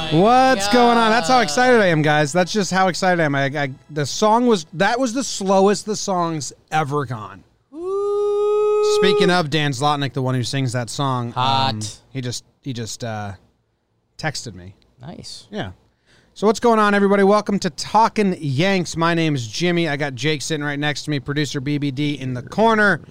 am. What's going on? That's how excited I am, guys. That's just how excited I am. I, I, the song was that was the slowest the song's ever gone. Speaking of Dan Zlotnick, the one who sings that song, um, Hot. he just he just uh, texted me. nice Yeah. So what's going on, everybody? Welcome to Talking Yanks. My name is Jimmy. I got Jake sitting right next to me, producer BBD in the corner.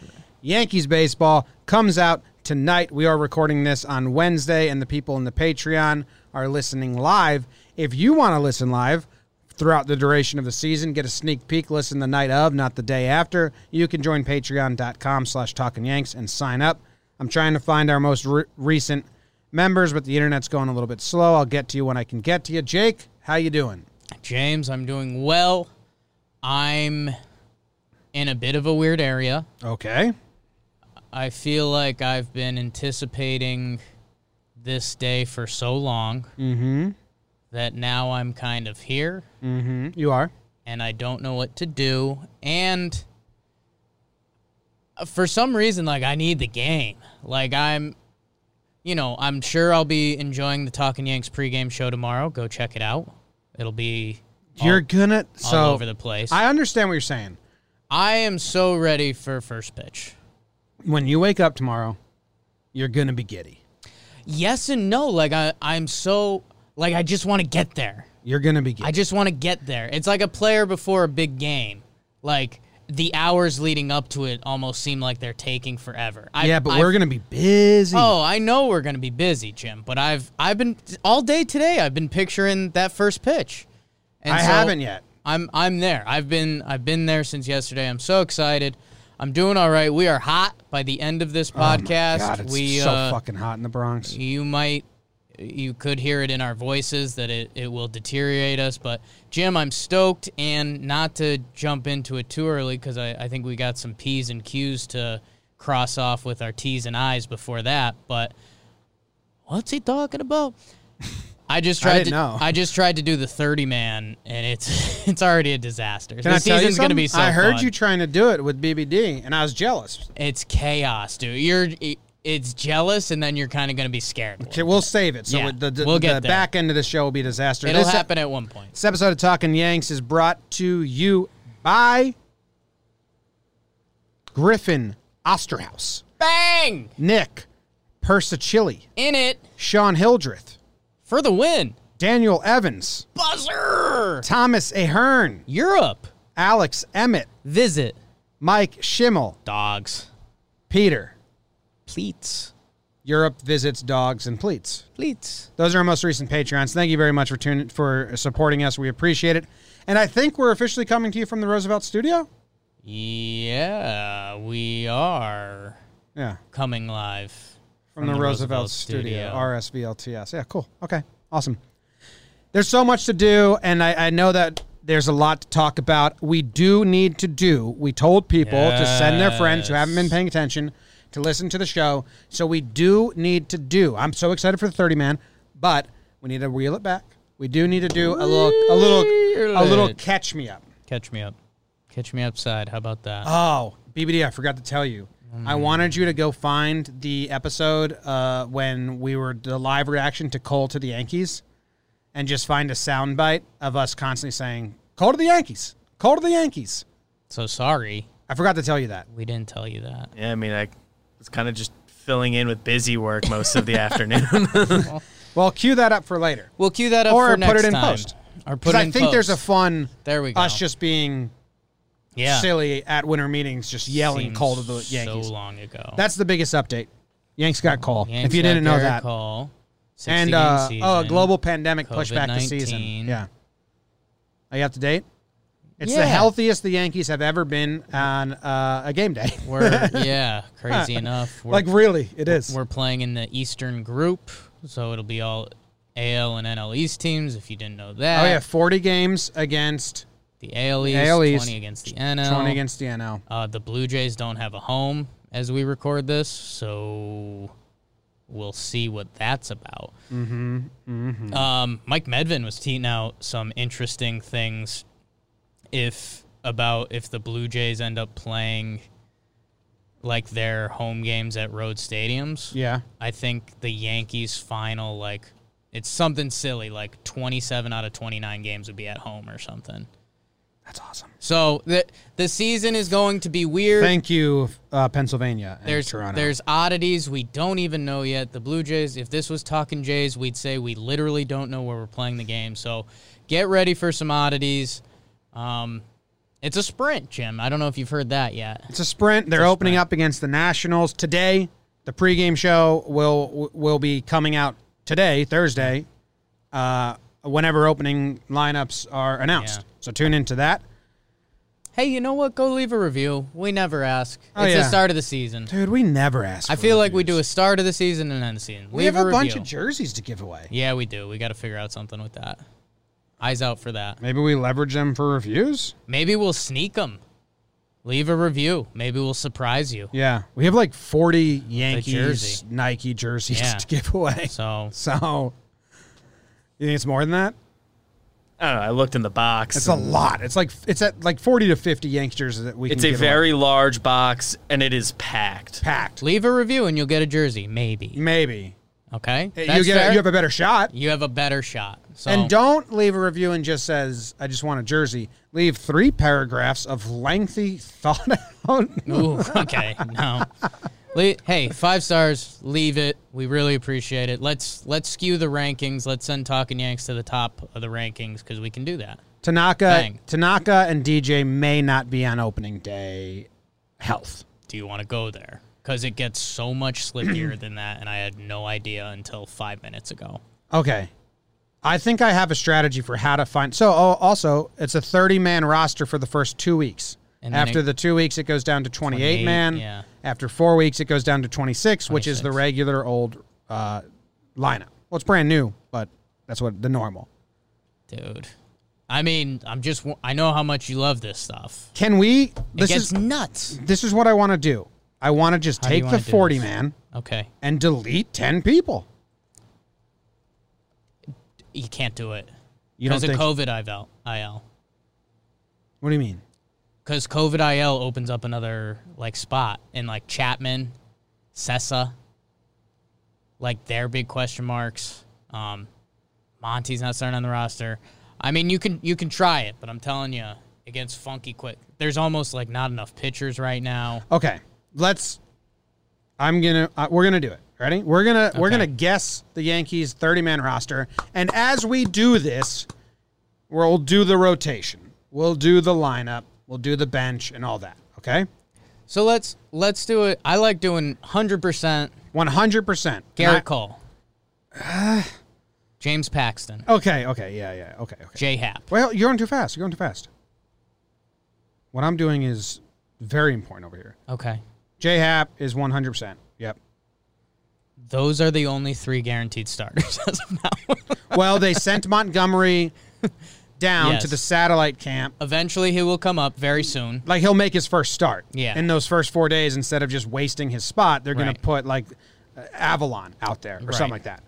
Yankees baseball comes out tonight. We are recording this on Wednesday, and the people in the Patreon are listening live. If you want to listen live throughout the duration of the season, get a sneak peek, listen the night of, not the day after, you can join patreon.com slash talking yanks and sign up. I'm trying to find our most re- recent members, but the internet's going a little bit slow. I'll get to you when I can get to you. Jake, how you doing? james i'm doing well i'm in a bit of a weird area Okay. i feel like i've been anticipating this day for so long that now i'm kind of here Hmm? You are? and I don't know what to do. And uh, for some reason, like I need the game. Like I'm, you know, I'm sure I'll be enjoying the Talking Yanks pregame show tomorrow. Go check it out. It'll be all- You're gonna all, so over the place. I, I understand what you're saying. am so ready for first pitch. When you wake up tomorrow, you're gonna be giddy. Yes and no. Like I, I'm so like I just want to get there. You're gonna be giddy. I just want to get there. It's like a player before a big game. Like the hours leading up to it almost seem like they're taking forever. I, yeah, but I we're gonna be busy. Oh, I know we're gonna be busy, Jim. But I've I've been all day today. I've been picturing that first pitch. And I so haven't yet. I'm I'm there. I've been I've been there since yesterday. I'm so excited. I'm doing all right. We are hot by the end of this podcast. Oh God, it's we so uh, fucking hot in the Bronx. you might you could hear it in our voices that it, it will deteriorate us but jim i'm stoked and not to jump into it too early because I, I think we got some p's and q's to cross off with our t's and i's before that but what's he talking about i just tried didn't to know. i just tried to do the 30 man and it's it's already a disaster Can this I tell you season's gonna be so something? I heard fun. you trying to do it with BBD, and I was jealous. it's chaos dude you're it's jealous and then you're kind of gonna be scared a little Okay, we'll save it. So Yeah, the, the, we'll get the there. back end of the show will be a disaster. It'll This- e-, happen at one point. This episode of Talking Yanks is brought to you by Griffin Osterhaus, Bang! Nick Persicilli, In it Sean Hildreth, for the win. Daniel Evans, Buzzer! Thomas Ahern, Europe. Alex Emmett, Visit. Mike Schimmel, Dogs. Peter. Pleats. Europe visits dogs and pleats. Pleats. Those are our most recent Patreons. Thank you very much for tuning for supporting us. We appreciate it. And I think we're officially coming to you from the Roosevelt Studio. Yeah, we are Yeah. coming live from, the, Roosevelt, studio. RSVLTS. Yeah, cool. Okay, awesome. There's so much to do, and I, I know that there's a lot to talk about. We do need to do. We told people to send their friends who haven't been paying attention to listen to the show. So we do need to do. I'm so excited for the 30 man, but we need to reel it back. We do need to do a little, a little, a little catch me up. Uh, Catch me up. Catch me upside. How about that? Oh, BBD, I forgot to tell you. I Mm. wanted you to go find the episode uh, when we were the live reaction to Cole to the Yankees, and just find a soundbite of us constantly saying "Cole to the Yankees, Cole to the Yankees." So sorry, I forgot to tell you that. we didn't tell you that. Yeah, I mean, I was kind of just filling in with busy work most of the afternoon. Well, cue that up for later. We'll cue that up Or for put next it in time. post. Or put Because it I in think there's a post. fun There we go. us just being yeah. silly at winter meetings, just yelling Seems Cole to the Yankees. so long ago. That's the biggest update. Yanks got Cole. if Yanks you got didn't know Garrett that. Cole, 60 and game uh, season. oh, a global pandemic pushed back the season. COVID-19. Yeah. Are you up to date? It's Yeah. the healthiest the Yankees have ever been on uh, a game day. We're yeah, crazy enough. We're, like really, it is. we're playing in the Eastern Group, so it'll be all AL and NL East teams. If you didn't know that, oh yeah, forty games against the AL East, AL East, twenty against the NL, twenty against the NL. Uh, the Blue Jays don't have a home as we record this, so we'll see what that's about. Mm-hmm. Mm-hmm. Um, Mike Medvin was teeing out some interesting things if about if the Blue Jays end up playing like their home games at road stadiums. Yeah. I think the Yankees final like it's something silly like 27 out of 29 games would be at home or something. That's awesome. So the the season is going to be weird. Thank you, uh, Pennsylvania. And there's Toronto. there's oddities we don't even know yet. The Blue Jays, if this was talking Jays, we'd say we literally don't know where we're playing the game. So get ready for some oddities. Um, it's a sprint, Jim. I don't know if you've heard that yet. It's a sprint. They're opening sprint. up against the Nationals today. The pregame show will will be coming out today, Thursday, uh, whenever opening lineups are announced. Yeah. So tune into that, Hey, you know what? Go leave a review. We never ask. Oh, it's yeah. the start of the season. dude. We never ask. I for feel like we reviews. do a start of the season and end of the season. We leave have a, bunch review. of jerseys to give away. yeah, we do. We got to figure out something with that. Eyes out for that. Maybe we leverage them for reviews. Maybe we'll sneak them. Leave a review. Maybe we'll surprise you. Yeah, we have like forty Yankees jersey. Nike jerseys Yeah. to give away. So So, you think it's more than that? I don't know. I looked in the box. It's a lot. It's like it's at like forty to fifty Yanks jerseys that we. It's can a give away. very large box, and it is packed. packed. leave a review and you'll get a jersey, maybe. Maybe Okay, you That's get fair. you have a better shot. You have a better shot. So And don't leave a review and just says I just want a jersey. Leave three paragraphs of lengthy thought out. Ooh, okay, no. Le- hey, five stars. Leave it. We really appreciate it. Let's let's skew the rankings. Let's send Talking Yanks to the top of the rankings because we can do that. Tanaka Bang. Tanaka and DJ may not be on opening day health. Do you want to go there? Because it gets so much slickier than that, and I had no idea until five minutes ago. Okay. I think I have a strategy for how to find. So, oh, also, it's a 30 man roster for the first two weeks. And then After it- the two weeks, it goes down to 28, 28, man. yeah. After four weeks, it goes down to 26, which is the 26. regular old uh, lineup. Well, it's brand new, but that's what the normal. Dude, I mean, I'm just I know how much you love this stuff. Can we? It This gets is nuts. this is what I want to do. I want to just do you take the wanna do 40 this? man Okay, and delete 10 people. you can't do it You don't because of think? COVID IL. IL. what do you mean? because COVID IL opens up another like spot in like Chapman, Sessa, like their big question marks. Um, Monty's not starting on the roster. I mean, you can you can try it, but I'm telling you, it gets funky quick. There's almost like not enough pitchers right now. Okay, let's. I'm gonna. Uh, we're gonna do it. Ready? We're gonna. We're Okay. gonna guess the Yankees 30 man roster, and as we do this, we'll do the rotation. We'll do the lineup. We'll do the bench and all that. Okay. So let's let's do it. I like doing hundred percent 100. percent Garrett Cole, James Paxton, Okay. Okay. Yeah. Yeah. Okay. Okay. J Hap. Well, you're going too fast. You're going too fast. What I'm doing is very important over here. Okay, J Hap is 100. percent Yep. those are the only three guaranteed starters as of now. Well, they sent Montgomery down to Yes. the satellite camp. Eventually, he will come up very soon. like he'll make his first start. Yeah. In those first four days, instead of just wasting his spot, they're going to Right. put like uh, Avalon out there or something Right. like that.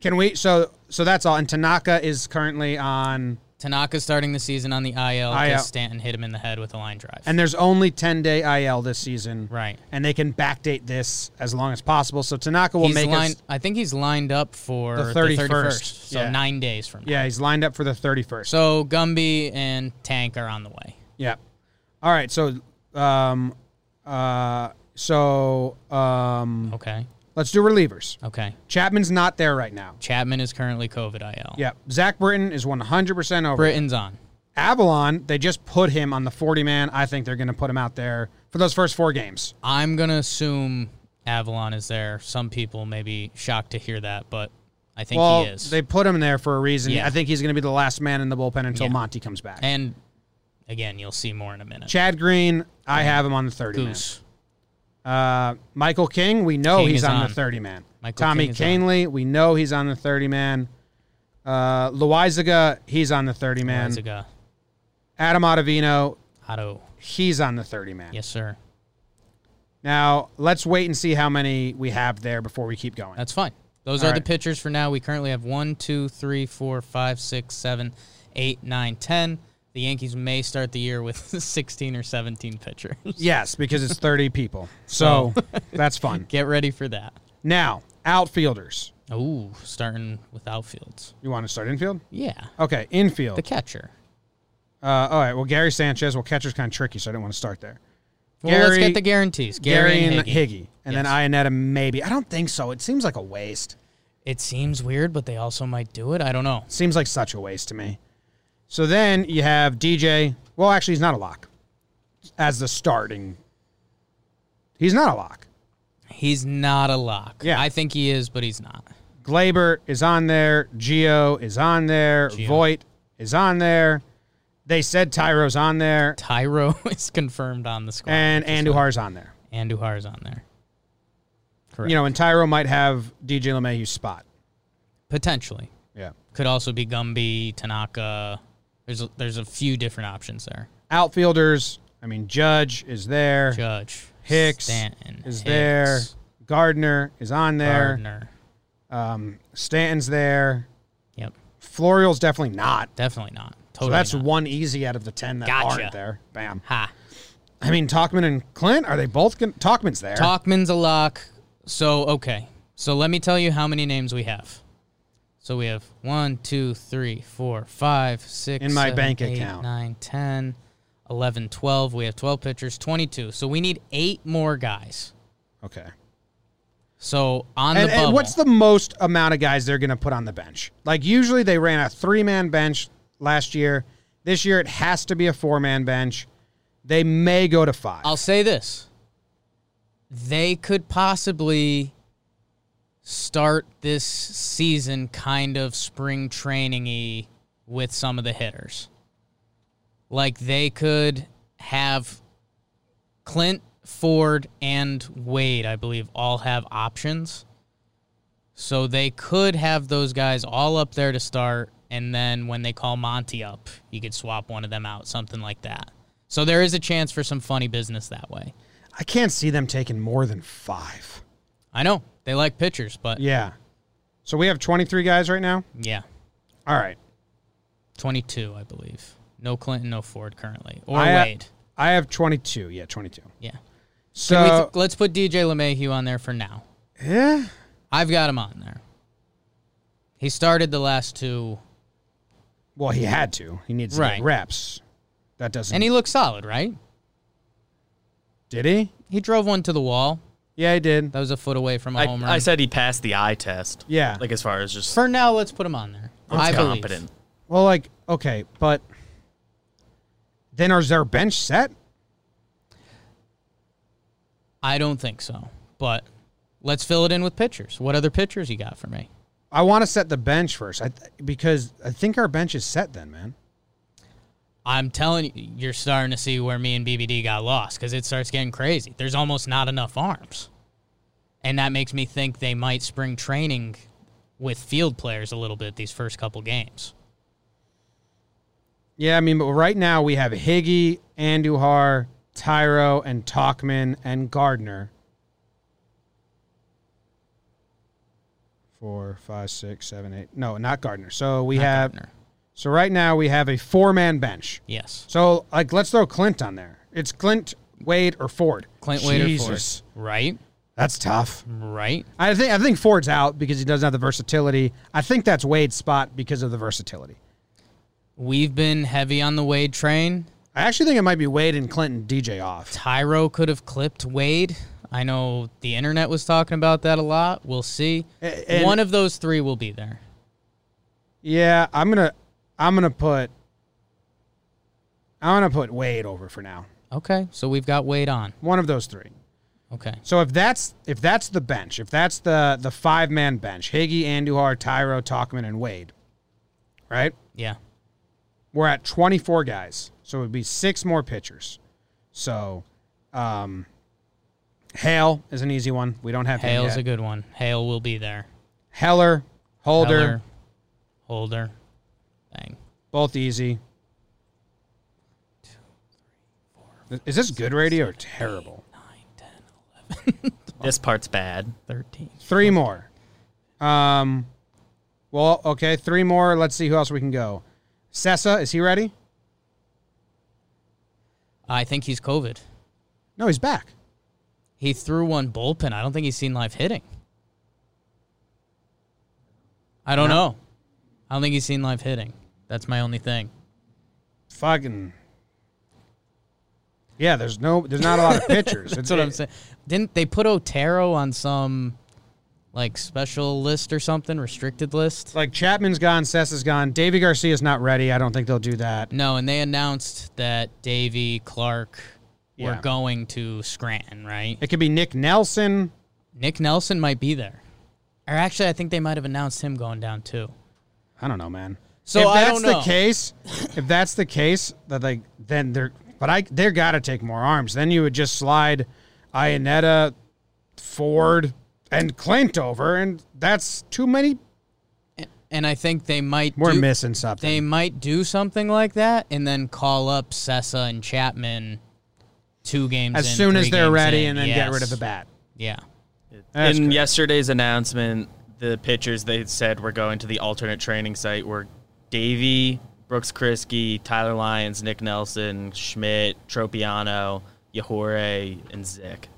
Can we? So so that's all. And Tanaka is currently on Tanaka starting the season on the IL IL. because Stanton hit him in the head with a line drive. And there's only 10 day IL this season. Right. And they can backdate this as long as possible. So Tanaka will he's make lined, us. I think he's lined up for The the 31st. 31st, so yeah. nine days from now. Yeah, he's lined up for the 31st. So Gumby and Tank are on the way. yeah. All right. So, um, uh, so um, Okay. let's do relievers. Okay. Chapman's not there right now. Chapman is currently COVID IL. Yeah. Zach Britton is 100% over. Britain's on. Avalon, they just put him on the 40 man. I think they're going to put him out there for those first four games. I'm going to assume Avalon is there. Some people may be shocked to hear that, but I think Well, he is. they put him there for a reason. Yeah. I think he's going to be the last man in the bullpen until Yeah. Monty comes back. and again, you'll see more in a minute. Chad Green, I have him on the 30 Goose. man. Uh, Michael King, we know King he's is on, on. the 30 man. Michael Tommy King is on. Canley, we know he's on the 30 man. Uh, Loizaga, he's on the 30 man. Gonzaga. Adam Ottavino, uh, Otto. he's on the 30 man. Yes, sir. Now, let's wait and see how many we have there before we keep going. That's fine. Those All are right. the pitchers for now. We currently have one, two, three, four, five, six, seven, eight, nine, ten. The Yankees may start the year with 16 or 17 pitchers. yes, because it's 30 people. So that's fun. Get ready for that. Now, outfielders. Ooh, starting with outfields. You want to start infield? Yeah. Okay, infield. The catcher. Uh, all right, well, Gary Sanchez. Well, catcher's kind of tricky, so I didn't want to start there. Well, let's Gary- get the guarantees. Gary, Gary, and Higgy. Higgy. And then Ionetta, maybe. I don't think so. It seems like a waste. It seems weird, but they also might do it. I don't know. Seems like such a waste to me. So then you have DJ. Well, actually, he's not a lock as the starting. He's not a lock. He's not a lock. Yeah. I think he is, but he's not. Glaber is on there. Geo is on there. Gio. Voit is on there. They said Tyro's on there. Tyro is confirmed on the squad. And which is Andujar's on there. what- Andujar's on there. Correct. You know, and Tyro might have DJ LeMahieu's spot. Potentially. Yeah. Could also be Gumby, Tanaka. There's a, there's a few different options there. Outfielders, I mean, Judge is there. Judge. Hicks Stanton. is Hicks, there. Gardner is on there. Gardner. Um, Stanton's there. Yep. Florial's definitely not. Definitely not. So Totally that's not. one easy out of the ten that Gotcha. aren't there. Bam. Ha. I mean, Talkman and Clint are they both? Gonna, Talkman's there. Talkman's a lock. So okay. So let me tell you how many names we have. So we have one, two, three, four, five, six, In my seven, bank eight, account. nine, 10, 11, 12. We have 12 pitchers, 22. So we need eight more guys. okay. So on And, the bubble. and what's the most amount of guys they're going to put on the bench? Like usually they ran a three-man bench last year. This year it has to be a four-man bench. They may go to 5 I'll say this. They could possibly start this season kind of spring training y with some of the hitters. Like they could have Clint, Ford, and Wade, I believe, all have options. So they could have those guys all up there to start, and then when they call Monty up, you could swap one of them out, something like that. So there is a chance for some funny business that way. I can't see them taking more than five. I know they like pitchers, but yeah, Yeah. So we have 23 guys right now. All right. 22, I believe. No Clinton, no Ford currently, or I uh, ha- Wade. I have 22. Yeah, 22. yeah. So We th- let's put DJ LeMahieu on there for now. yeah, I've got him on there. He started the last two, well, he had to. He needs to get Right. reps. That doesn't. and he looked solid, right? did he? He drove one to the wall. Yeah, he did. That was a foot away from a I, home run. I said he passed the eye test. Yeah. Like as far as just For now, let's put him on there. looks I believe. competent. Well, like okay, but then is their bench set? I don't think so. But let's fill it in with pitchers. What other pitchers you got for me? I want to set the bench first, I th- because I think our bench is set. Then, man. I'm telling you, you're starting to see where me and BBD got lost because it starts getting crazy. There's almost not enough arms. And that makes me think they might spring training with field players a little bit these first couple games. Yeah, I mean, but right now we have Higgy, Andujar, Tyro, and Talkman and Gardner. Four, five, six, seven, eight. No, not Gardner. So we Not have Gardner. So right now we have a four man bench. Yes. So like let's throw Clint on there. It's Clint, Wade, or Ford. Clint Waiter Jesus. Ford. Right? That's tough. Right? I think I think Ford's out because he doesn't have the versatility. I think that's Wade's spot because of the versatility. We've been heavy on the Wade train. I actually think it might be Wade and Clinton DJ off. Tyro could have clipped Wade. I know the internet was talking about that a lot. We'll see. A- and- One of those three will be there. Yeah, I'm gonna I'm gonna put I'm gonna put Wade over for now. Okay. So we've got Wade on. One of those three. Okay. So if that's if that's the bench, if that's the the five man bench, Higgy, Andujar, Tyro, Talkman, and Wade, right? Yeah. We're at twenty four guys, so it would be six more pitchers. So, um, Hale is an easy one. We don't have him Hale's yet. a good one. Hale will be there. Heller, Holder, Heller, Holder. Bang. both easy. Is this good radio or terrible? 9, 10, This part's bad. 13. Three more. Um, well, okay, three more. Let's see who else we can go. Sessa, is he ready? I think he's COVID. No, he's back. He threw one bullpen. I don't think he's seen live hitting. I don't know. I don't think he's seen live hitting. That's my only thing. Fucking. Yeah, there's no, there's not a lot of pitchers. That's what I'm saying. Didn't they put Otero on some like special list or something, restricted list? Like Chapman's gone, Sessa's gone. Davy Garcia's not ready. I don't think they'll do that. No, and they announced that Davy Clark Yeah. were going to Scranton, right? It could be Nick Nelson. Nick Nelson might be there. Or actually, I think they might have announced him going down too. I don't know, man. So if I that's don't the know. case, if that's the case, that like then they're but I they're got to take more arms. Then you would just slide Ionetta, Ford, and Clint over, and that's too many. And I think they might We're do, missing something. they might do something like that and then call up Sessa and Chapman two games as in, soon as three they're games ready, in. and then get Yes. rid of the bat. Yeah. That's in correct. yesterday's announcement, the pitchers they said were going to the alternate training site were Davey, Brooks Krisky, Tyler Lyons, Nick Nelson, Schmidt, Tropiano, Yahore, and Zick.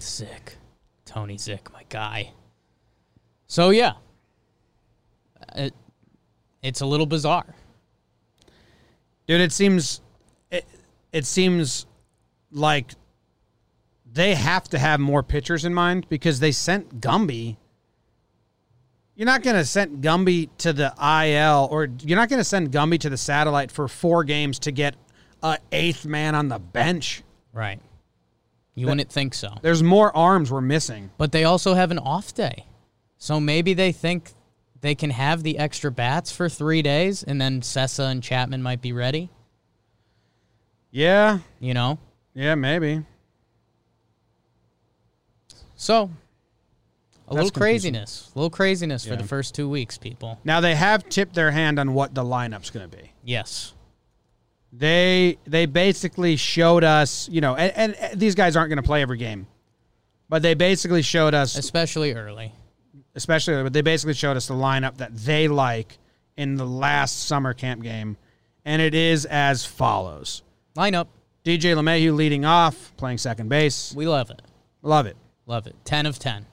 Zick. Tony Zick, my guy. So, yeah. Uh, It, it's a little bizarre. dude it seems it, it seems like they have to have more pitchers in mind because they sent gumby you're not going to send gumby to the il or you're not going to send gumby to the satellite for four games to get a eighth man on the bench Right. You wouldn't think so. there's more arms we're missing But they also have an off day. So maybe they think they can have the extra bats for three days and then Sessa and Chapman might be ready, yeah you know? yeah maybe So, a little confusing. craziness. A little craziness for Yeah. the first two weeks, people. now they have tipped their hand on what the lineup's going to be Yes. they they basically showed us you know and, and, and these guys aren't going to play every game but they basically showed us Especially early. especially but they basically showed us the lineup that they like in the last summer camp game and it is as follows Lineup. dj lemayhew leading off playing second base We love it. love it Love it. 10 of 10.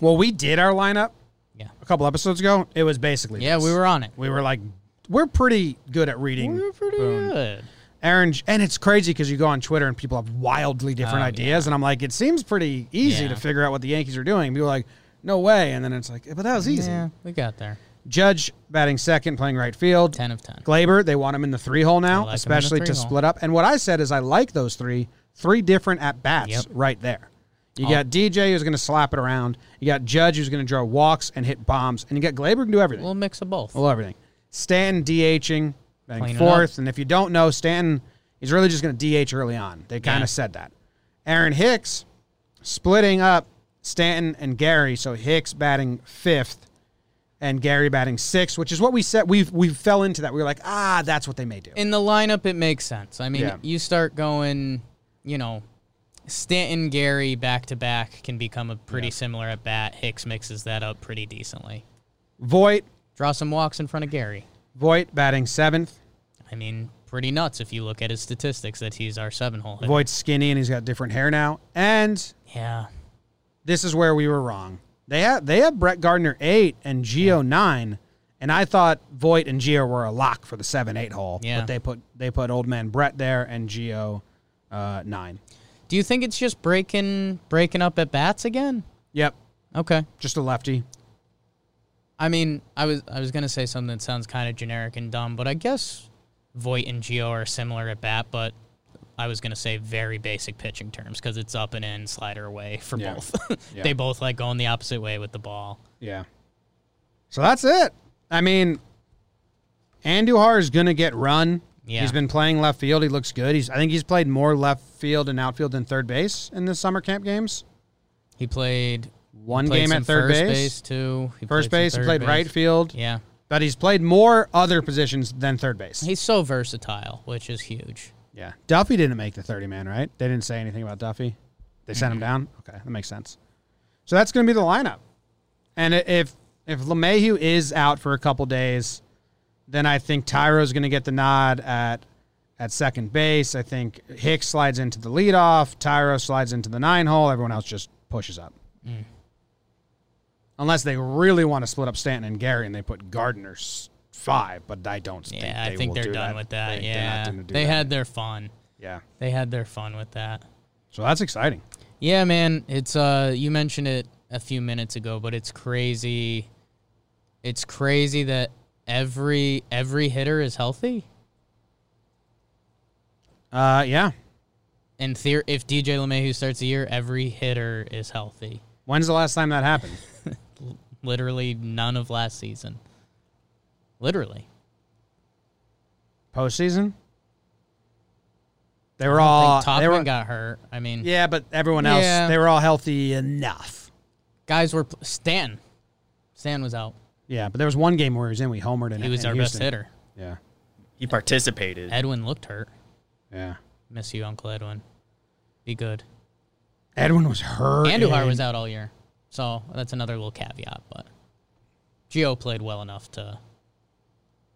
well we did our lineup Yeah. a couple episodes ago it was basically Yeah, this. we were on it. we were like we're pretty good at reading We were pretty good. Aaron, and it's crazy because you go on Twitter and people have wildly different Oh, ideas, and I'm like, it seems pretty easy Yeah. to figure out what the Yankees are doing. People are like, no way, and then it's like, but that was easy. Yeah, we got there. Judge batting second, playing right field. 10 of 10. Glaber, they want him in the three hole like him now, in the especially to three hole. split up. And what I said is, I like those three, three different at bats Yep. right there. You got DJ who's going to slap it around. You got Judge who's going to draw walks and hit bombs, and you got Glaber who can do everything. A little mix of both. Well, everything. Stanton DHing batting Cleaning fourth, and if you don't know, Stanton is really just going to DH early on. They kind Yeah. of said that. Aaron Hicks splitting up Stanton and Gary, so Hicks batting fifth and Gary batting sixth, which is what we said. We we fell into that. We were like, ah, that's what they may do. In the lineup, it makes sense. I mean, Yeah. you start going, you know, Stanton, Gary back to back can become a pretty similar at bat. Hicks mixes that up pretty decently. Voit Draw some walks in front of Gary. Voigt batting seventh. I mean, pretty nuts if you look at his statistics that he's our seven hole. hitter. Voigt's skinny and he's got different hair now. And Yeah. this is where we were wrong. They have they have Brett Gardner eight and Geo nine, and I thought Voight and Geo were a lock for the seven eight hole. Yeah. But they put they put old man Brett there and Geo uh, nine. Do you think it's just breaking breaking up at bats again? Yep, Okay. just a lefty. I mean, I was I was gonna say something that sounds kind of generic and dumb, but I guess Voight and Geo are similar at bat, but I was gonna say very basic pitching terms because it's up and in, slider away for Yeah. both. Yeah. They both like going the opposite way with the ball. Yeah. So that's it. I mean, Andujar is gonna get run. Yeah. He's been playing left field. He looks good. He's I think he's played more left field and outfield than third base in the summer camp games. He played One played game some at third first base. too. He First played some base, he third played base. right field. Yeah, But he's played more other positions than third base. he's so versatile, which is huge. yeah. Duffy didn't make the 30 man, right? They didn't say anything about Duffy. They sent him down. Okay, that makes sense. So that's going to be the lineup. And i- if if LeMahieu is out for a couple days, then I think Tyro's going to get the nod at at second base. I think Hicks slides into the leadoff, Tyro slides into the nine hole, everyone else just pushes up. Mm. Unless they really want to split up Stanton and Gary and they put Gardner's five, but I don't think Yeah, they I think will they're do done that. with that. They- they're not yeah, gonna do they that. had their fun. Yeah. They had their fun with that. So that's exciting. Yeah, man, it's uh you mentioned it a few minutes ago, but it's crazy. It's crazy that every every hitter is healthy. Uh, yeah. And theor- if DJ LeMahieu starts the year, every hitter is healthy. When's the last time that happened? Literally none of last season. Literally. Postseason. They were I all. think They Topman were, got hurt. I mean, Uh, yeah, but everyone else, Yeah. they were all healthy enough. guys were pl- Stan. Stan was out. Yeah, but there was one game where he was in. We homered and He was in our Houston. best hitter. Yeah, He participated. Edwin looked hurt. yeah. Miss you, Uncle Edwin. Be good. Edwin was hurt. Andujar was out all year, so that's another little caveat. But Gio played well enough to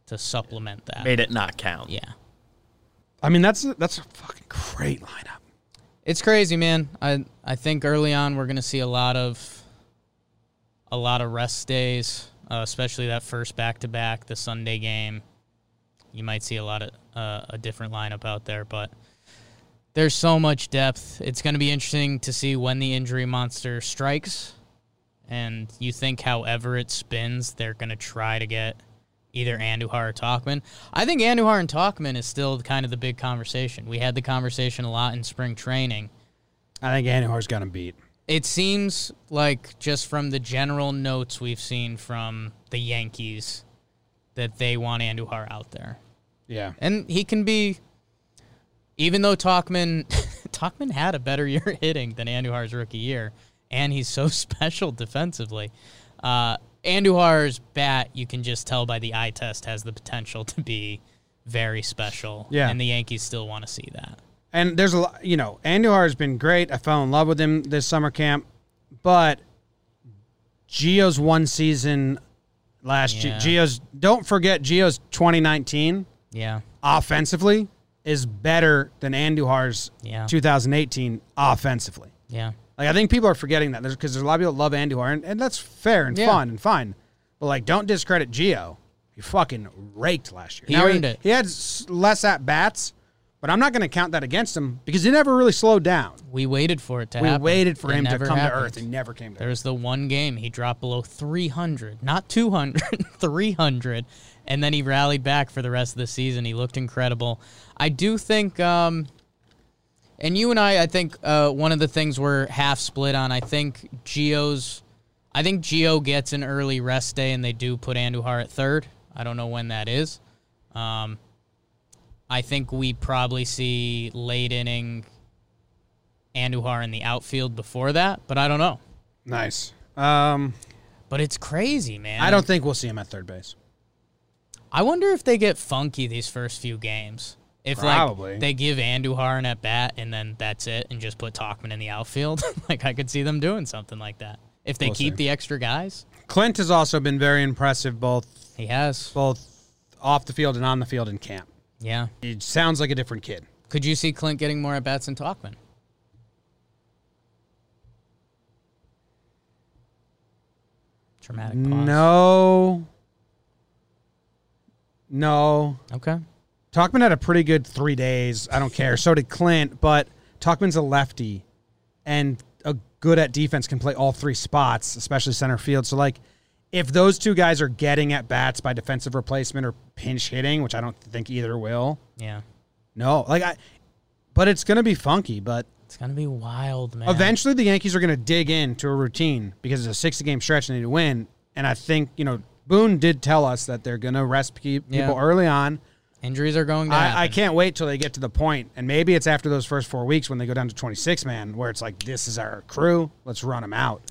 to supplement that. Made it not count. Yeah, I mean, that's that's a fucking great lineup. it's crazy, man. I I think early on we're gonna see a lot of a lot of rest days, uh, especially that first back to back, the Sunday game. You might see a lot of uh, a different lineup out there, but there's so much depth. It's going to be interesting to see when the injury monster strikes. And you think, however it spins, they're going to try to get either Andujar or Talkman. I think Andujar and Talkman is still kind of the big conversation. We had the conversation a lot in spring training I think Andujar's gonna beat. it seems like just from the general notes we've seen from the Yankees that they want Andujar out there. Yeah, And he can be even though Talkman Talkman had a better year hitting than Andujar's rookie year, and he's so special defensively. Uh Andujar's bat, you can just tell by the eye test, has the potential to be very special. Yeah. And the Yankees still want to see that. and there's a lot. You know, Andujar has been great. I fell in love with him this summer camp, but Geo's one season last Yeah. year. Geo's don't forget Geo's 2019 Yeah. offensively is better than Andujar's Yeah. 2018 offensively. Yeah. Like I think people are forgetting that because there's, 'cause there's a lot of people that love Andujar, and, and that's fair and Yeah. fun and fine. But like, don't discredit Geo. He fucking raked last year. He earned it. He had s- less at bats, but I'm not going to count that against him because he never really slowed down. We waited for it to We happen. waited for It him to never come to happened. earth. He never came to There earth. was the one game he dropped below 300, not 200, 300, and then he rallied back for the rest of the season. He looked incredible. I do think, um, and you and I, I think uh, one of the things we're half split on. I think Geo's, I think Geo gets an early rest day, and they do put Andujar at third. I don't know when that is. Um, I think we probably see late inning Andujar in the outfield before that, but I don't know. Nice. Um, But it's crazy, man. I don't think we'll see him at third base. I wonder if they get funky these first few games. If Probably. like they give Andujar an at bat and then that's it, and just put Talkman in the outfield, like I could see them doing something like that. If they We'll keep see. the extra guys, Clint has also been very impressive, both he has. both off the field and on the field in camp. Yeah. He sounds like a different kid. Could you see Clint getting more at bats than Talkman? Traumatic pause. No. No. Okay. Talkman had a pretty good three days. I don't care. So did Clint, but Talkman's a lefty and a good at defense can play all three spots, especially center field. So like if those two guys are getting at bats by defensive replacement or pinch hitting, which I don't think either will, Yeah. no. Like I but it's gonna be funky, but It's gonna be wild, man. Eventually, the Yankees are going to dig into a routine because it's a 60 game stretch and they need to win. And I think, you know, Boone did tell us that they're going to rest pe- people Yeah. early on. Injuries are going to I, I happen. can't wait till they get to the point, and maybe it's after those first four weeks when they go down to 26 man, where it's like, this is our crew, let's run them out.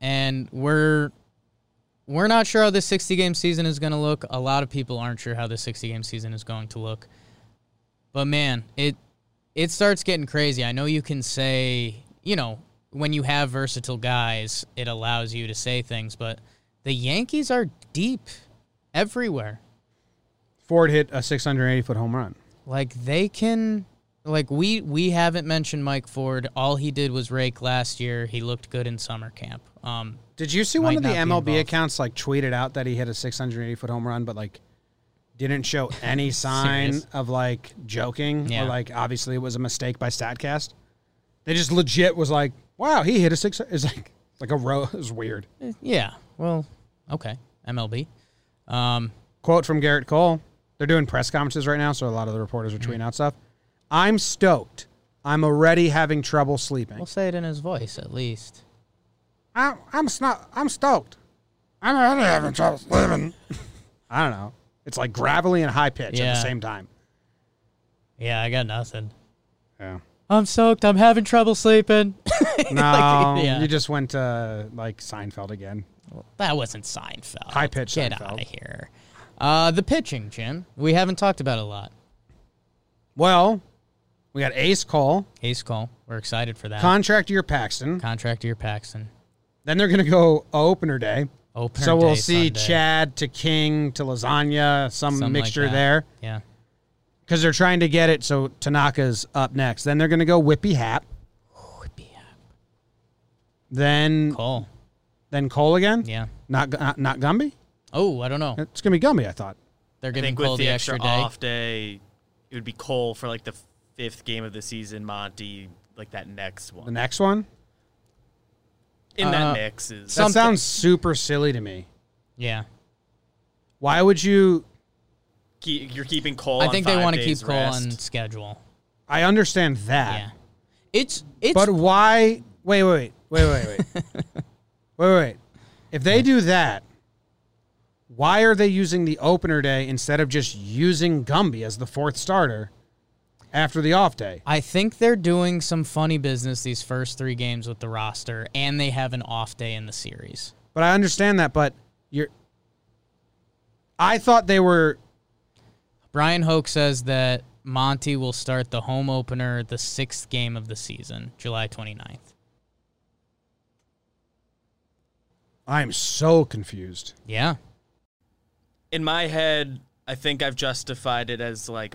and we're we're not sure how this 60 game season is going to look. A lot of people aren't sure how this 60 game season is going to look. But man, it it starts getting crazy. I know you can say, you know, when you have versatile guys, it allows you to say things, but the Yankees are deep everywhere. Ford hit a 680 foot home run. Like they can like we we haven't mentioned Mike Ford. All he did was rake last year. He looked good in summer camp. Um Did you see Might one of the not be MLB involved. accounts like tweeted out that he hit a 680 foot home run, but like didn't show any sign Serious? of like joking Yeah. or like obviously it was a mistake by Statcast? They just legit was like, "Wow, he hit a six. It's like like a row. It was weird. Yeah. Well, okay. MLB. Um, Quote from Garrett Cole. They're doing press conferences right now, so a lot of the reporters are tweeting out stuff. I'm stoked. I'm already having trouble sleeping. we'll say it in his voice at least. I, I'm sno- I'm stoked. I'm already having trouble sleeping. I don't know. It's like gravelly and high pitch at Yeah. the same time. Yeah, I got nothing. Yeah. I'm soaked. I'm having trouble sleeping. No, yeah. Um, you just went to like Seinfeld again. that wasn't Seinfeld. High pitch Get Seinfeld. out of here. Uh, the pitching, Jim. We haven't talked about it a lot. Well, we got Ace Cole, Ace Cole. We're excited for that. contract year Paxton. Contract year Paxton. Then they're going to go opener day. Opener so we'll day see Sunday. Chad to King to Lasagna, some Something like mixture that. there Yeah. because they're trying to get it. So Tanaka's up next. Then they're going to go Whippy Hap. Then Cole. then Cole again. Yeah. Not Gu- not, not Gumby. Oh, I don't know. It's going to be Gumby. I thought. They're I giving think Cole with the, the extra, day. off day, it would be Cole for like the fifth game of the season. Monty, like that next The one next one. in Uh, that mix is That Something- sounds super silly to me. Yeah. Why would you keep, you're keeping Cole. I on think they five want to days keep Cole rest. on schedule. I understand that. Yeah. It's it's But why? Wait, wait, wait, wait, wait, wait, wait, wait. If they do that, why are they using the opener day instead of just using Gumby as the fourth starter after the off day? I think they're doing some funny business these first three games with the roster, and they have an off day in the series. But I understand that. But you're. I thought they were. Brian Hoke says that Monty will start the home opener the sixth game of the season, July 29th. I'm so confused. Yeah. in my head, I think I've justified it as like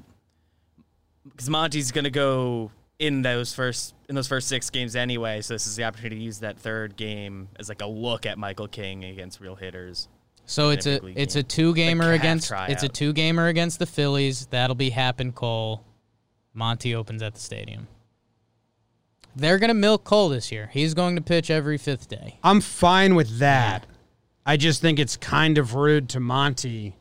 because Monty's gonna go in those first in those first six games anyway, so this is the opportunity to use that third game as like a look at Michael King against real hitters. So it's a big league it's a game. two gamer calf against it's a tryout. two gamer against the Phillies. That'll be Happen Cole. Monty opens at the stadium. They're gonna milk Cole this year. He's going to pitch every fifth day. I'm fine with that. I just think it's kind of rude to Monty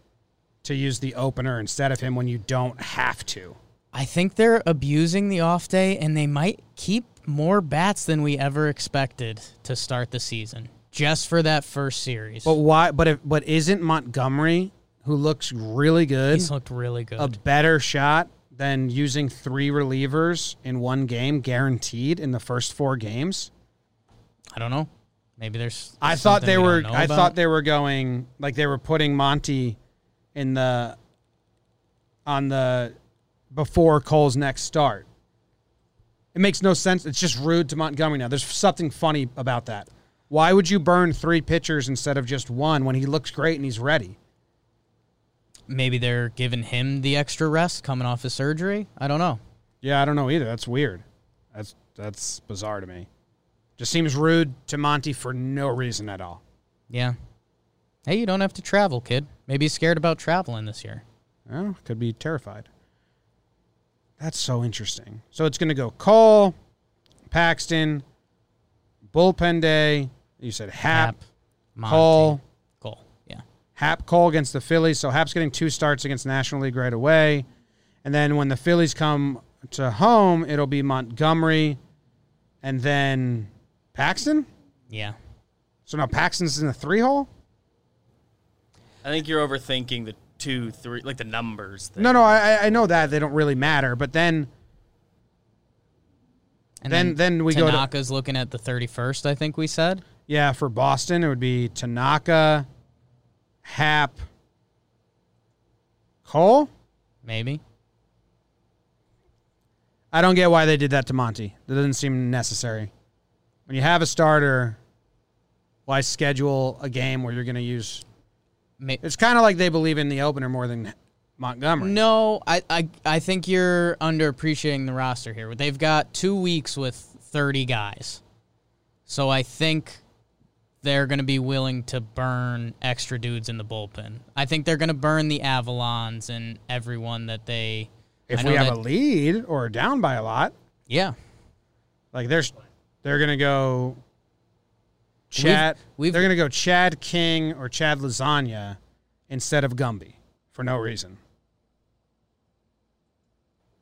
to use the opener instead of him when you don't have to. I think they're abusing the off day and they might keep more bats than we ever expected to start the season just for that first series. But why? But if, but isn't Montgomery, who looks really good, He's looked really good. a better shot than using three relievers in one game, guaranteed in the first four games? I don't know. Maybe there's I thought something they we were. don't know I about. thought they were going like they were putting Monty in the on the before Cole's next start. It makes no sense. It's just rude to Montgomery now. There's something funny about that. Why would you burn three pitchers instead of just one when he looks great and he's ready? maybe they're giving him the extra rest coming off his surgery. I don't know. Yeah, I don't know either. That's weird. That's that's bizarre to me. Just seems rude to Monty for no reason at all. Yeah. Hey, you don't have to travel, kid. Maybe he's scared about traveling this year. Well, could be terrified. That's so interesting. So it's going to go Cole, Paxton, bullpen day. You said Hap, Monty. Cole, Cole. Yeah. Hap Cole against the Phillies. So Hap's getting two starts against National League right away. And then when the Phillies come to home, it'll be Montgomery and then Paxton. Yeah. So now Paxton's in the three hole? I think you're overthinking the two, three, like the numbers. Thing. No, no, I, I- I know that. They don't really matter. But then, And Then- then we go to- Tanaka's looking at the 31st, I think we said. yeah, for Boston, it would be Tanaka, Hap, Cole. Maybe. I don't get why they did that to Monty. That doesn't seem necessary. When you have a starter, why schedule a game where you're going to use. May- It's kind of like they believe in the opener more than Montgomery. No, I, I I think you're underappreciating the roster here. They've got two weeks with 30 guys, so I think they're going to be willing to burn extra dudes in the bullpen. I think they're going to burn the Avalons and everyone that they. I If know we have that- a lead or down by a lot, yeah, Like there's they're gonna go Chad We've- we've- they're gonna go Chad King or Chad Lasagna instead of Gumby for no reason.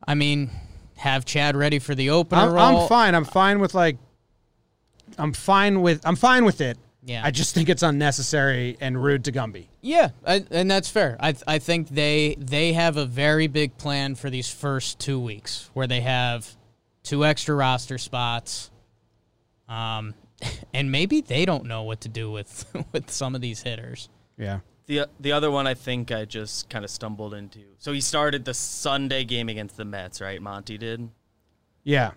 I mean, have Chad ready for the opener I'm, I'm roll. fine. I'm fine with like I'm fine with I'm fine with it. Yeah. I just think it's unnecessary and rude to Gumby. Yeah, I, and that's fair. I I think they they have a very big plan for these first two weeks, where they have two extra roster spots, um, and maybe they don't know what to do with with some of these hitters. Yeah. The the other one I think I just kind of stumbled into. So he started the Sunday game against the Mets, right? Monty did. Yeah.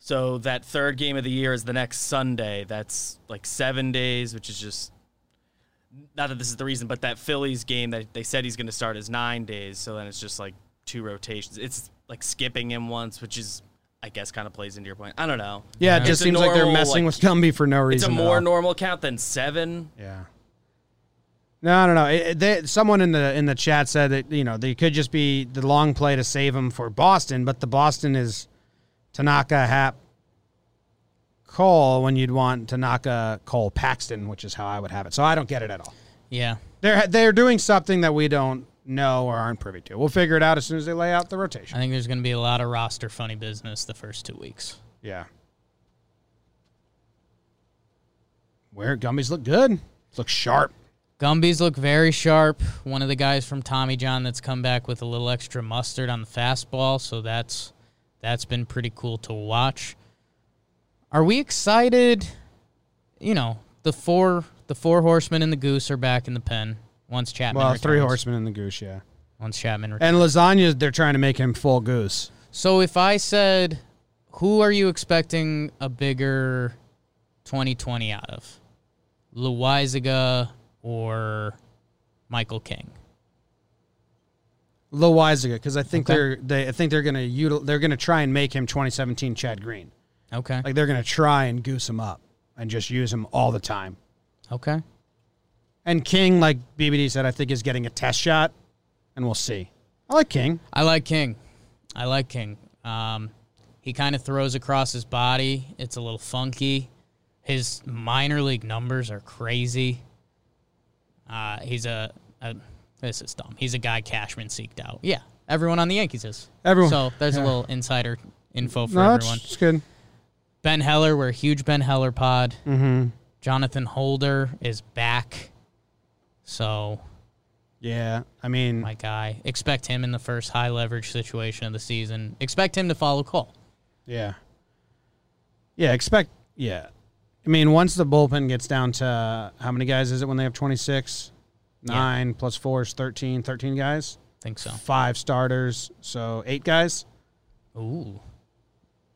So that third game of the year is the next Sunday. That's like seven days, which is just not that this is the reason, but that Phillies game that they said he's going to start is nine days. So then it's just like two rotations. It's like skipping him once, which is, I guess, kind of plays into your point. I don't know. Yeah, it It's just a seems like they're normal, messing like- with Gumby for no It's reason. a at more all. normal count than seven. Yeah. No, no, no. It, it- they, someone in the in the chat said that you know they could just be the long play to save him for Boston, but the Boston is Tanaka Hap Cole when you'd want Tanaka Cole Paxton, which is how I would have it. So I don't get it at all. Yeah, They're they're doing something that we don't know or aren't privy to. We'll figure it out as soon as they lay out the I rotation. think there's going to be a lot of roster funny business the first two weeks. Yeah. Where gummies look good, look sharp. Gumbies look very sharp. One of the guys from Tommy John that's come back with a little extra mustard on the fastball, so that's that's been pretty cool to watch. Are we excited? You know, the four the four horsemen and the goose are back in the pen once Chapman. Well, three returns. horsemen and the goose, yeah. Once Chapman. Returns. And lasagna, they're trying to make him full goose. So if I said, who are you expecting a bigger 2020 out of, Loizaga or Michael King? Loizaga, because I think Okay. they're they I think they're gonna util, they're gonna try and make him 2017 Chad Green. Okay. Like they're gonna try and goose him up and just use him all the time. Okay. And King, like BBD said, I think is getting a test shot, and we'll see. I like King. I like King. I like King. Um, he kind of throws across his body. It's a little funky. His minor league numbers are crazy. Uh, he's a, a this is dumb. He's a guy Cashman seeked out. Yeah, everyone on the Yankees is. Everyone. So there's a Yeah. little insider info for No, everyone. it's, it's good. Ben Heller, we're a huge Ben Heller pod. Mm-hmm. Jonathan Holder is back. So Yeah, I mean, my guy. Expect him in the first high leverage situation of the season. Expect him to follow Cole. yeah, yeah. Expect, yeah. I mean, once the bullpen gets down to uh, how many guys is it when they have 26, nine plus four is 13, 13 guys. Think so. five starters, so eight guys. Ooh.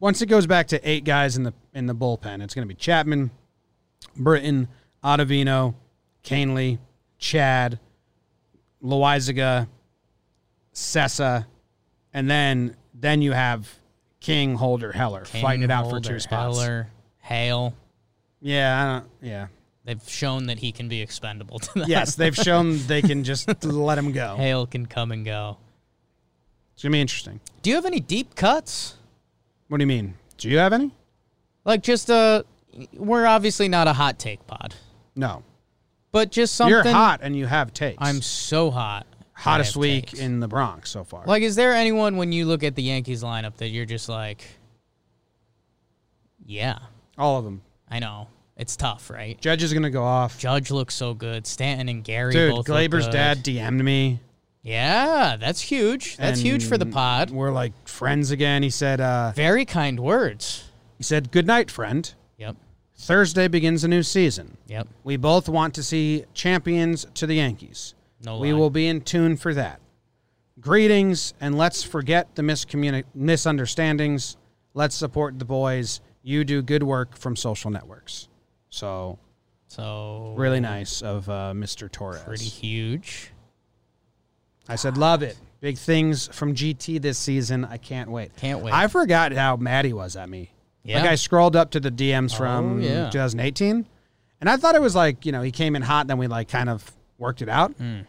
Once it goes back to eight guys in the in the bullpen, it's going to be Chapman, Britton, Ottavino, Canley, Chad, Loizaga, Sessa, and then then you have King Holder Heller fighting it out for two spots. Heller, Hale. Yeah, I don't, yeah. They've shown that he can be expendable to them. Yes, they've shown they can just let him go. Hale can come and go. It's gonna be interesting. Do you have any deep cuts? What do you mean? Do you have any? Like just uh we're obviously not a hot take pod, No. but just something. You're hot and you have takes. I'm so hot. hottest I have week takes. in the Bronx so far. Like, is there anyone when you look at the Yankees lineup that you're just like, yeah, All of them. I know it's tough, right? Judge is gonna go off. Judge looks so good. Stanton and Gary Dude, both. look Glaber's good. dad DM'd me. Yeah, that's huge. That's huge for the and pod. We're like friends again. He said uh Very kind words. he said, Good night, friend. Yep. Thursday begins a new season. Yep. We both want to see champions to the Yankees. No we lie. will be in tune for that. Greetings, and let's forget the miscommuni- misunderstandings. Let's support the boys. You do good work from social networks. So So really nice of uh, Mr. Torres. pretty huge. I said, love it. Big things from GT this season. I can't wait. Can't wait. I forgot how mad he was at me. Yeah. Oh, Like I scrolled up to the DMs from yeah. 2018, and I thought it was like you know he came in hot, then we like kind of worked it out. Hmm.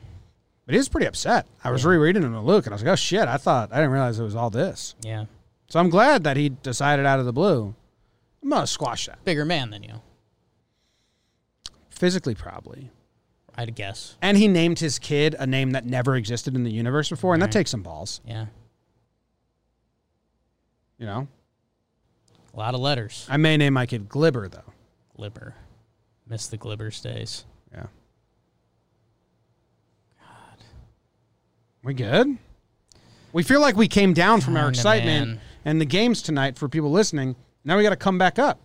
But he was pretty upset. I was rereading him to Luke, and I was like, oh shit, I thought I didn't realize it was all this. Yeah. So I'm glad that he decided out of the blue. I'm gonna squash that Bigger man than you, physically, probably. I'd guess. And he named his kid a name that never existed in the universe before, and that takes some balls, Yeah. you know. A lot of letters. I may name my kid Glibber though. Glibber. Miss the Glibber's days. Yeah. We good? We feel like we came down from our Kinda, excitement man. and the games tonight for people listening. Now we got to come back up.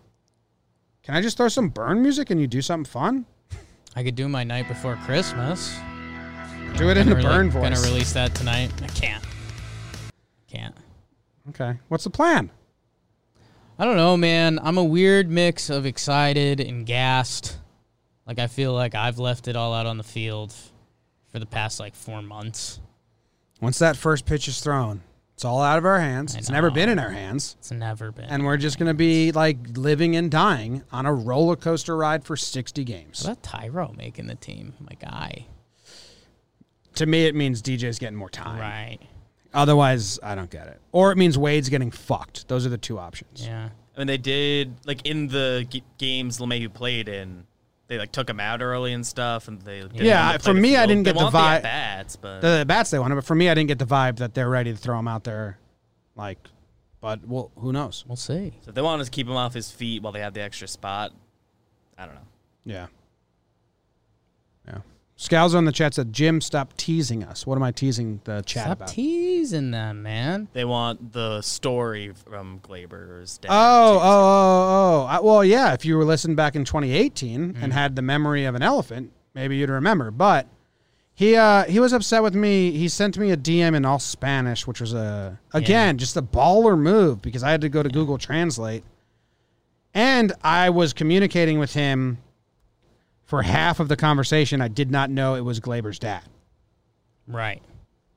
Can I just throw some burn music and you do something fun? I could do my night before Christmas. Do it in the We're, like, burn Gonna voice. release that tonight. I can't. Can't. okay. What's the plan? I don't know, man. I'm a weird mix of excited and gassed. Like I feel like I've left it all out on the field for the past like four months. Once that first pitch is thrown, it's all out of our hands. I It's never know. been in our hands. It's never been. And we're just going to be like living and dying on a roller coaster ride for 60 games. what about Tyro making the team? My guy. To me, it means DJ's getting more time. Right. Otherwise, I don't get it. Or it means Wade's getting fucked. Those are the two options. Yeah. I mean, they did like in the g- games LeMahieu played in. They like took him out early and stuff, and they didn't Yeah, want him to for play the me, I field. didn't They get the want vi- at bats, but The bats they wanted, but for me, I didn't get the vibe that they're ready to throw him out there. Like, but well, who knows? We'll see. so if they want to keep him off his feet while they have the extra spot. I don't know. Yeah. Yeah. Scalzo in the chat said, Jim, stop teasing us. What am I teasing the chat Stop about? teasing them, man. They want the story from Glaber's dad. Oh, too. oh, oh, oh. I, well, yeah, if you were listening back in 2018 and had the memory of an elephant, maybe you'd remember. But he uh, he was upset with me. He sent me a DM in all Spanish, which was a again just a baller move because I had to go to Google Translate, and I was communicating with him for half of the conversation. I did not know it was Glaber's dad. Right.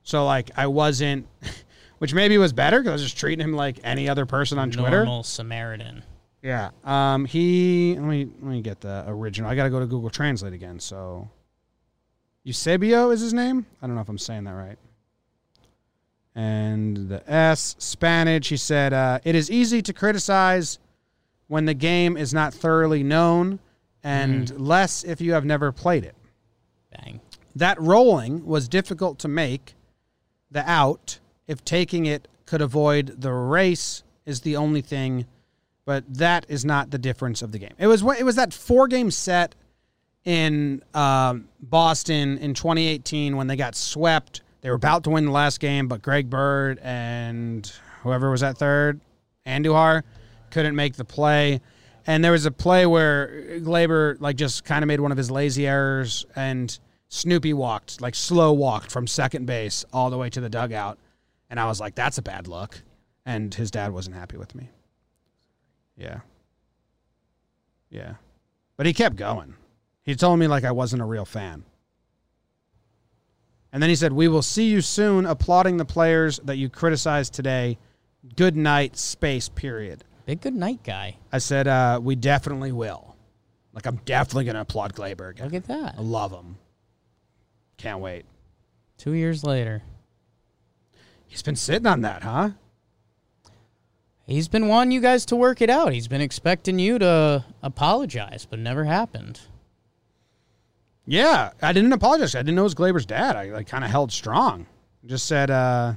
So like I wasn't, which maybe was better because I was just treating him like any other person on Twitter. Normal Samaritan. Yeah. Um. He. Let me. Let me get the original. I got to go to Google Translate again. So. Eusebio is his name. I don't know if I'm saying that right. And the S Spanish. He said, uh, "It is easy to criticize when the game is not thoroughly known, and less if you have never played it." Bang. That rolling was difficult to make. The out, if taking it could avoid the race, is the only thing, but that is not the difference of the game. It was wh- it was that four game set in um, Boston in 2018 when they got swept. They were about to win the last game, but Greg Bird and whoever was at third, Andujar, couldn't make the play. And there was a play where Glaber like just kind of made one of his lazy errors, and Snoopy walked like slow walked from second base all the way to the dugout, and I was like, "That's a bad look," and his dad wasn't happy with me. Yeah. Yeah. But he kept going. He told me like I wasn't a real fan. And then he said, "We will see you soon." Applauding the players that you criticized today. Good night, space. Period. Big good night guy. I said, uh, "We definitely will." Like I'm definitely gonna applaud Glaber. Look at that. I love him. Can't wait. Two years later. He's been sitting on that, huh? He's been wanting you guys to work it out. He's been expecting you to apologize, but never happened. Yeah, I didn't apologize. I didn't know it was Glaber's dad. I like kind of held strong. Just said, uh,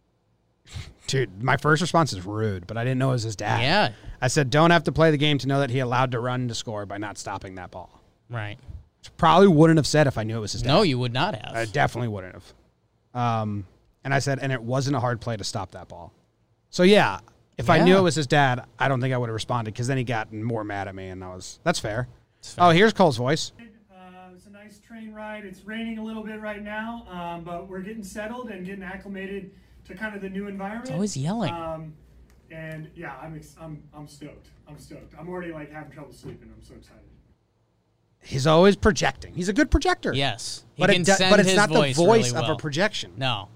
dude, my first response is rude, but I didn't know it was his dad. Yeah. I said, don't have to play the game to know that he allowed to run to score by not stopping that ball. Right. Which probably wouldn't have said if I knew it was his dad. No, you would not have. I definitely wouldn't have. Um, and I said, and it wasn't a hard play to stop that ball. So yeah, if I knew Yeah. it was his dad, I don't think I would have responded because then he got more mad at me, and I was that's fair. Oh, here's Cole's voice. Uh, it's a nice train ride. It's raining a little bit right now, um, but we're getting settled and getting acclimated to kind of the new environment. It's always Oh, yelling. Um, and yeah, I'm, ex- I'm I'm stoked. I'm stoked. I'm already like having trouble sleeping. I'm so excited. He's always projecting. He's a good projector. yes. He but can it do- send but it's his not voice the voice really of well. a projection. No.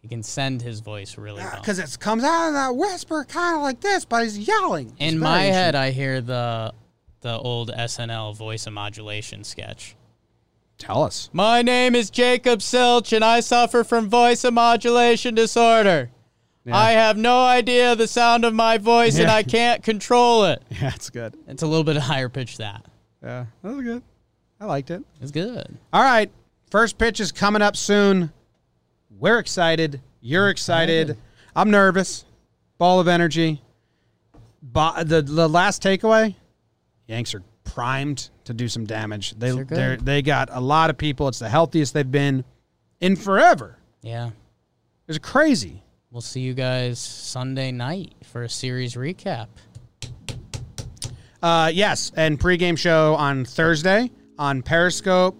He can send his voice really well. because it comes out of that whisper kind of like this, but he's yelling. It's In my very head, I hear the the old SNL voice and modulation sketch. interesting. tell us. My name is Jacob Silch, and I suffer from voice modulation disorder. I have no idea the sound of my voice, and Yeah. I can't control it. Yeah, it's good. It's a little bit higher pitch. That Yeah, that was good. I liked it. it's good. All right. First pitch is coming up soon. We're excited. You're excited. I'm nervous. Ball of energy. Bo- the, the last takeaway Yanks are primed to do some damage. They, Sure good. they're, they got a lot of people. It's the healthiest they've been in forever. Yeah, It's crazy. we'll see you guys Sunday night for a series recap. Uh, yes, and pregame show on Thursday on Periscope,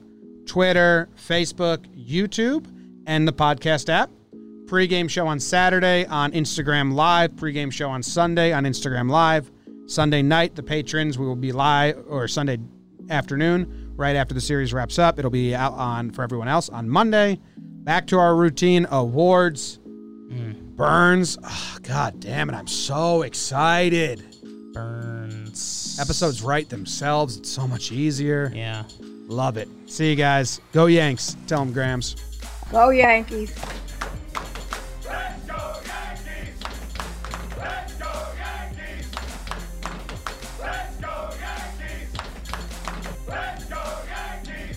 Twitter, Facebook, YouTube, and the podcast app. Pregame show on Saturday on Instagram Live. Pregame show on Sunday on Instagram Live. Sunday night, the patrons, we will be live, or Sunday afternoon, right after the series wraps up. It'll be out on for everyone else on Monday. Back to our routine awards. Burns. Oh, God damn it. I'm so excited Burns. episodes write themselves. It's so much easier. Yeah. Love it. See you guys. Go Yanks. Tell them Grams. Go Yankees. Let's go Yankees! Let's go Yankees! Let's go Yankees! Let's go Yankees!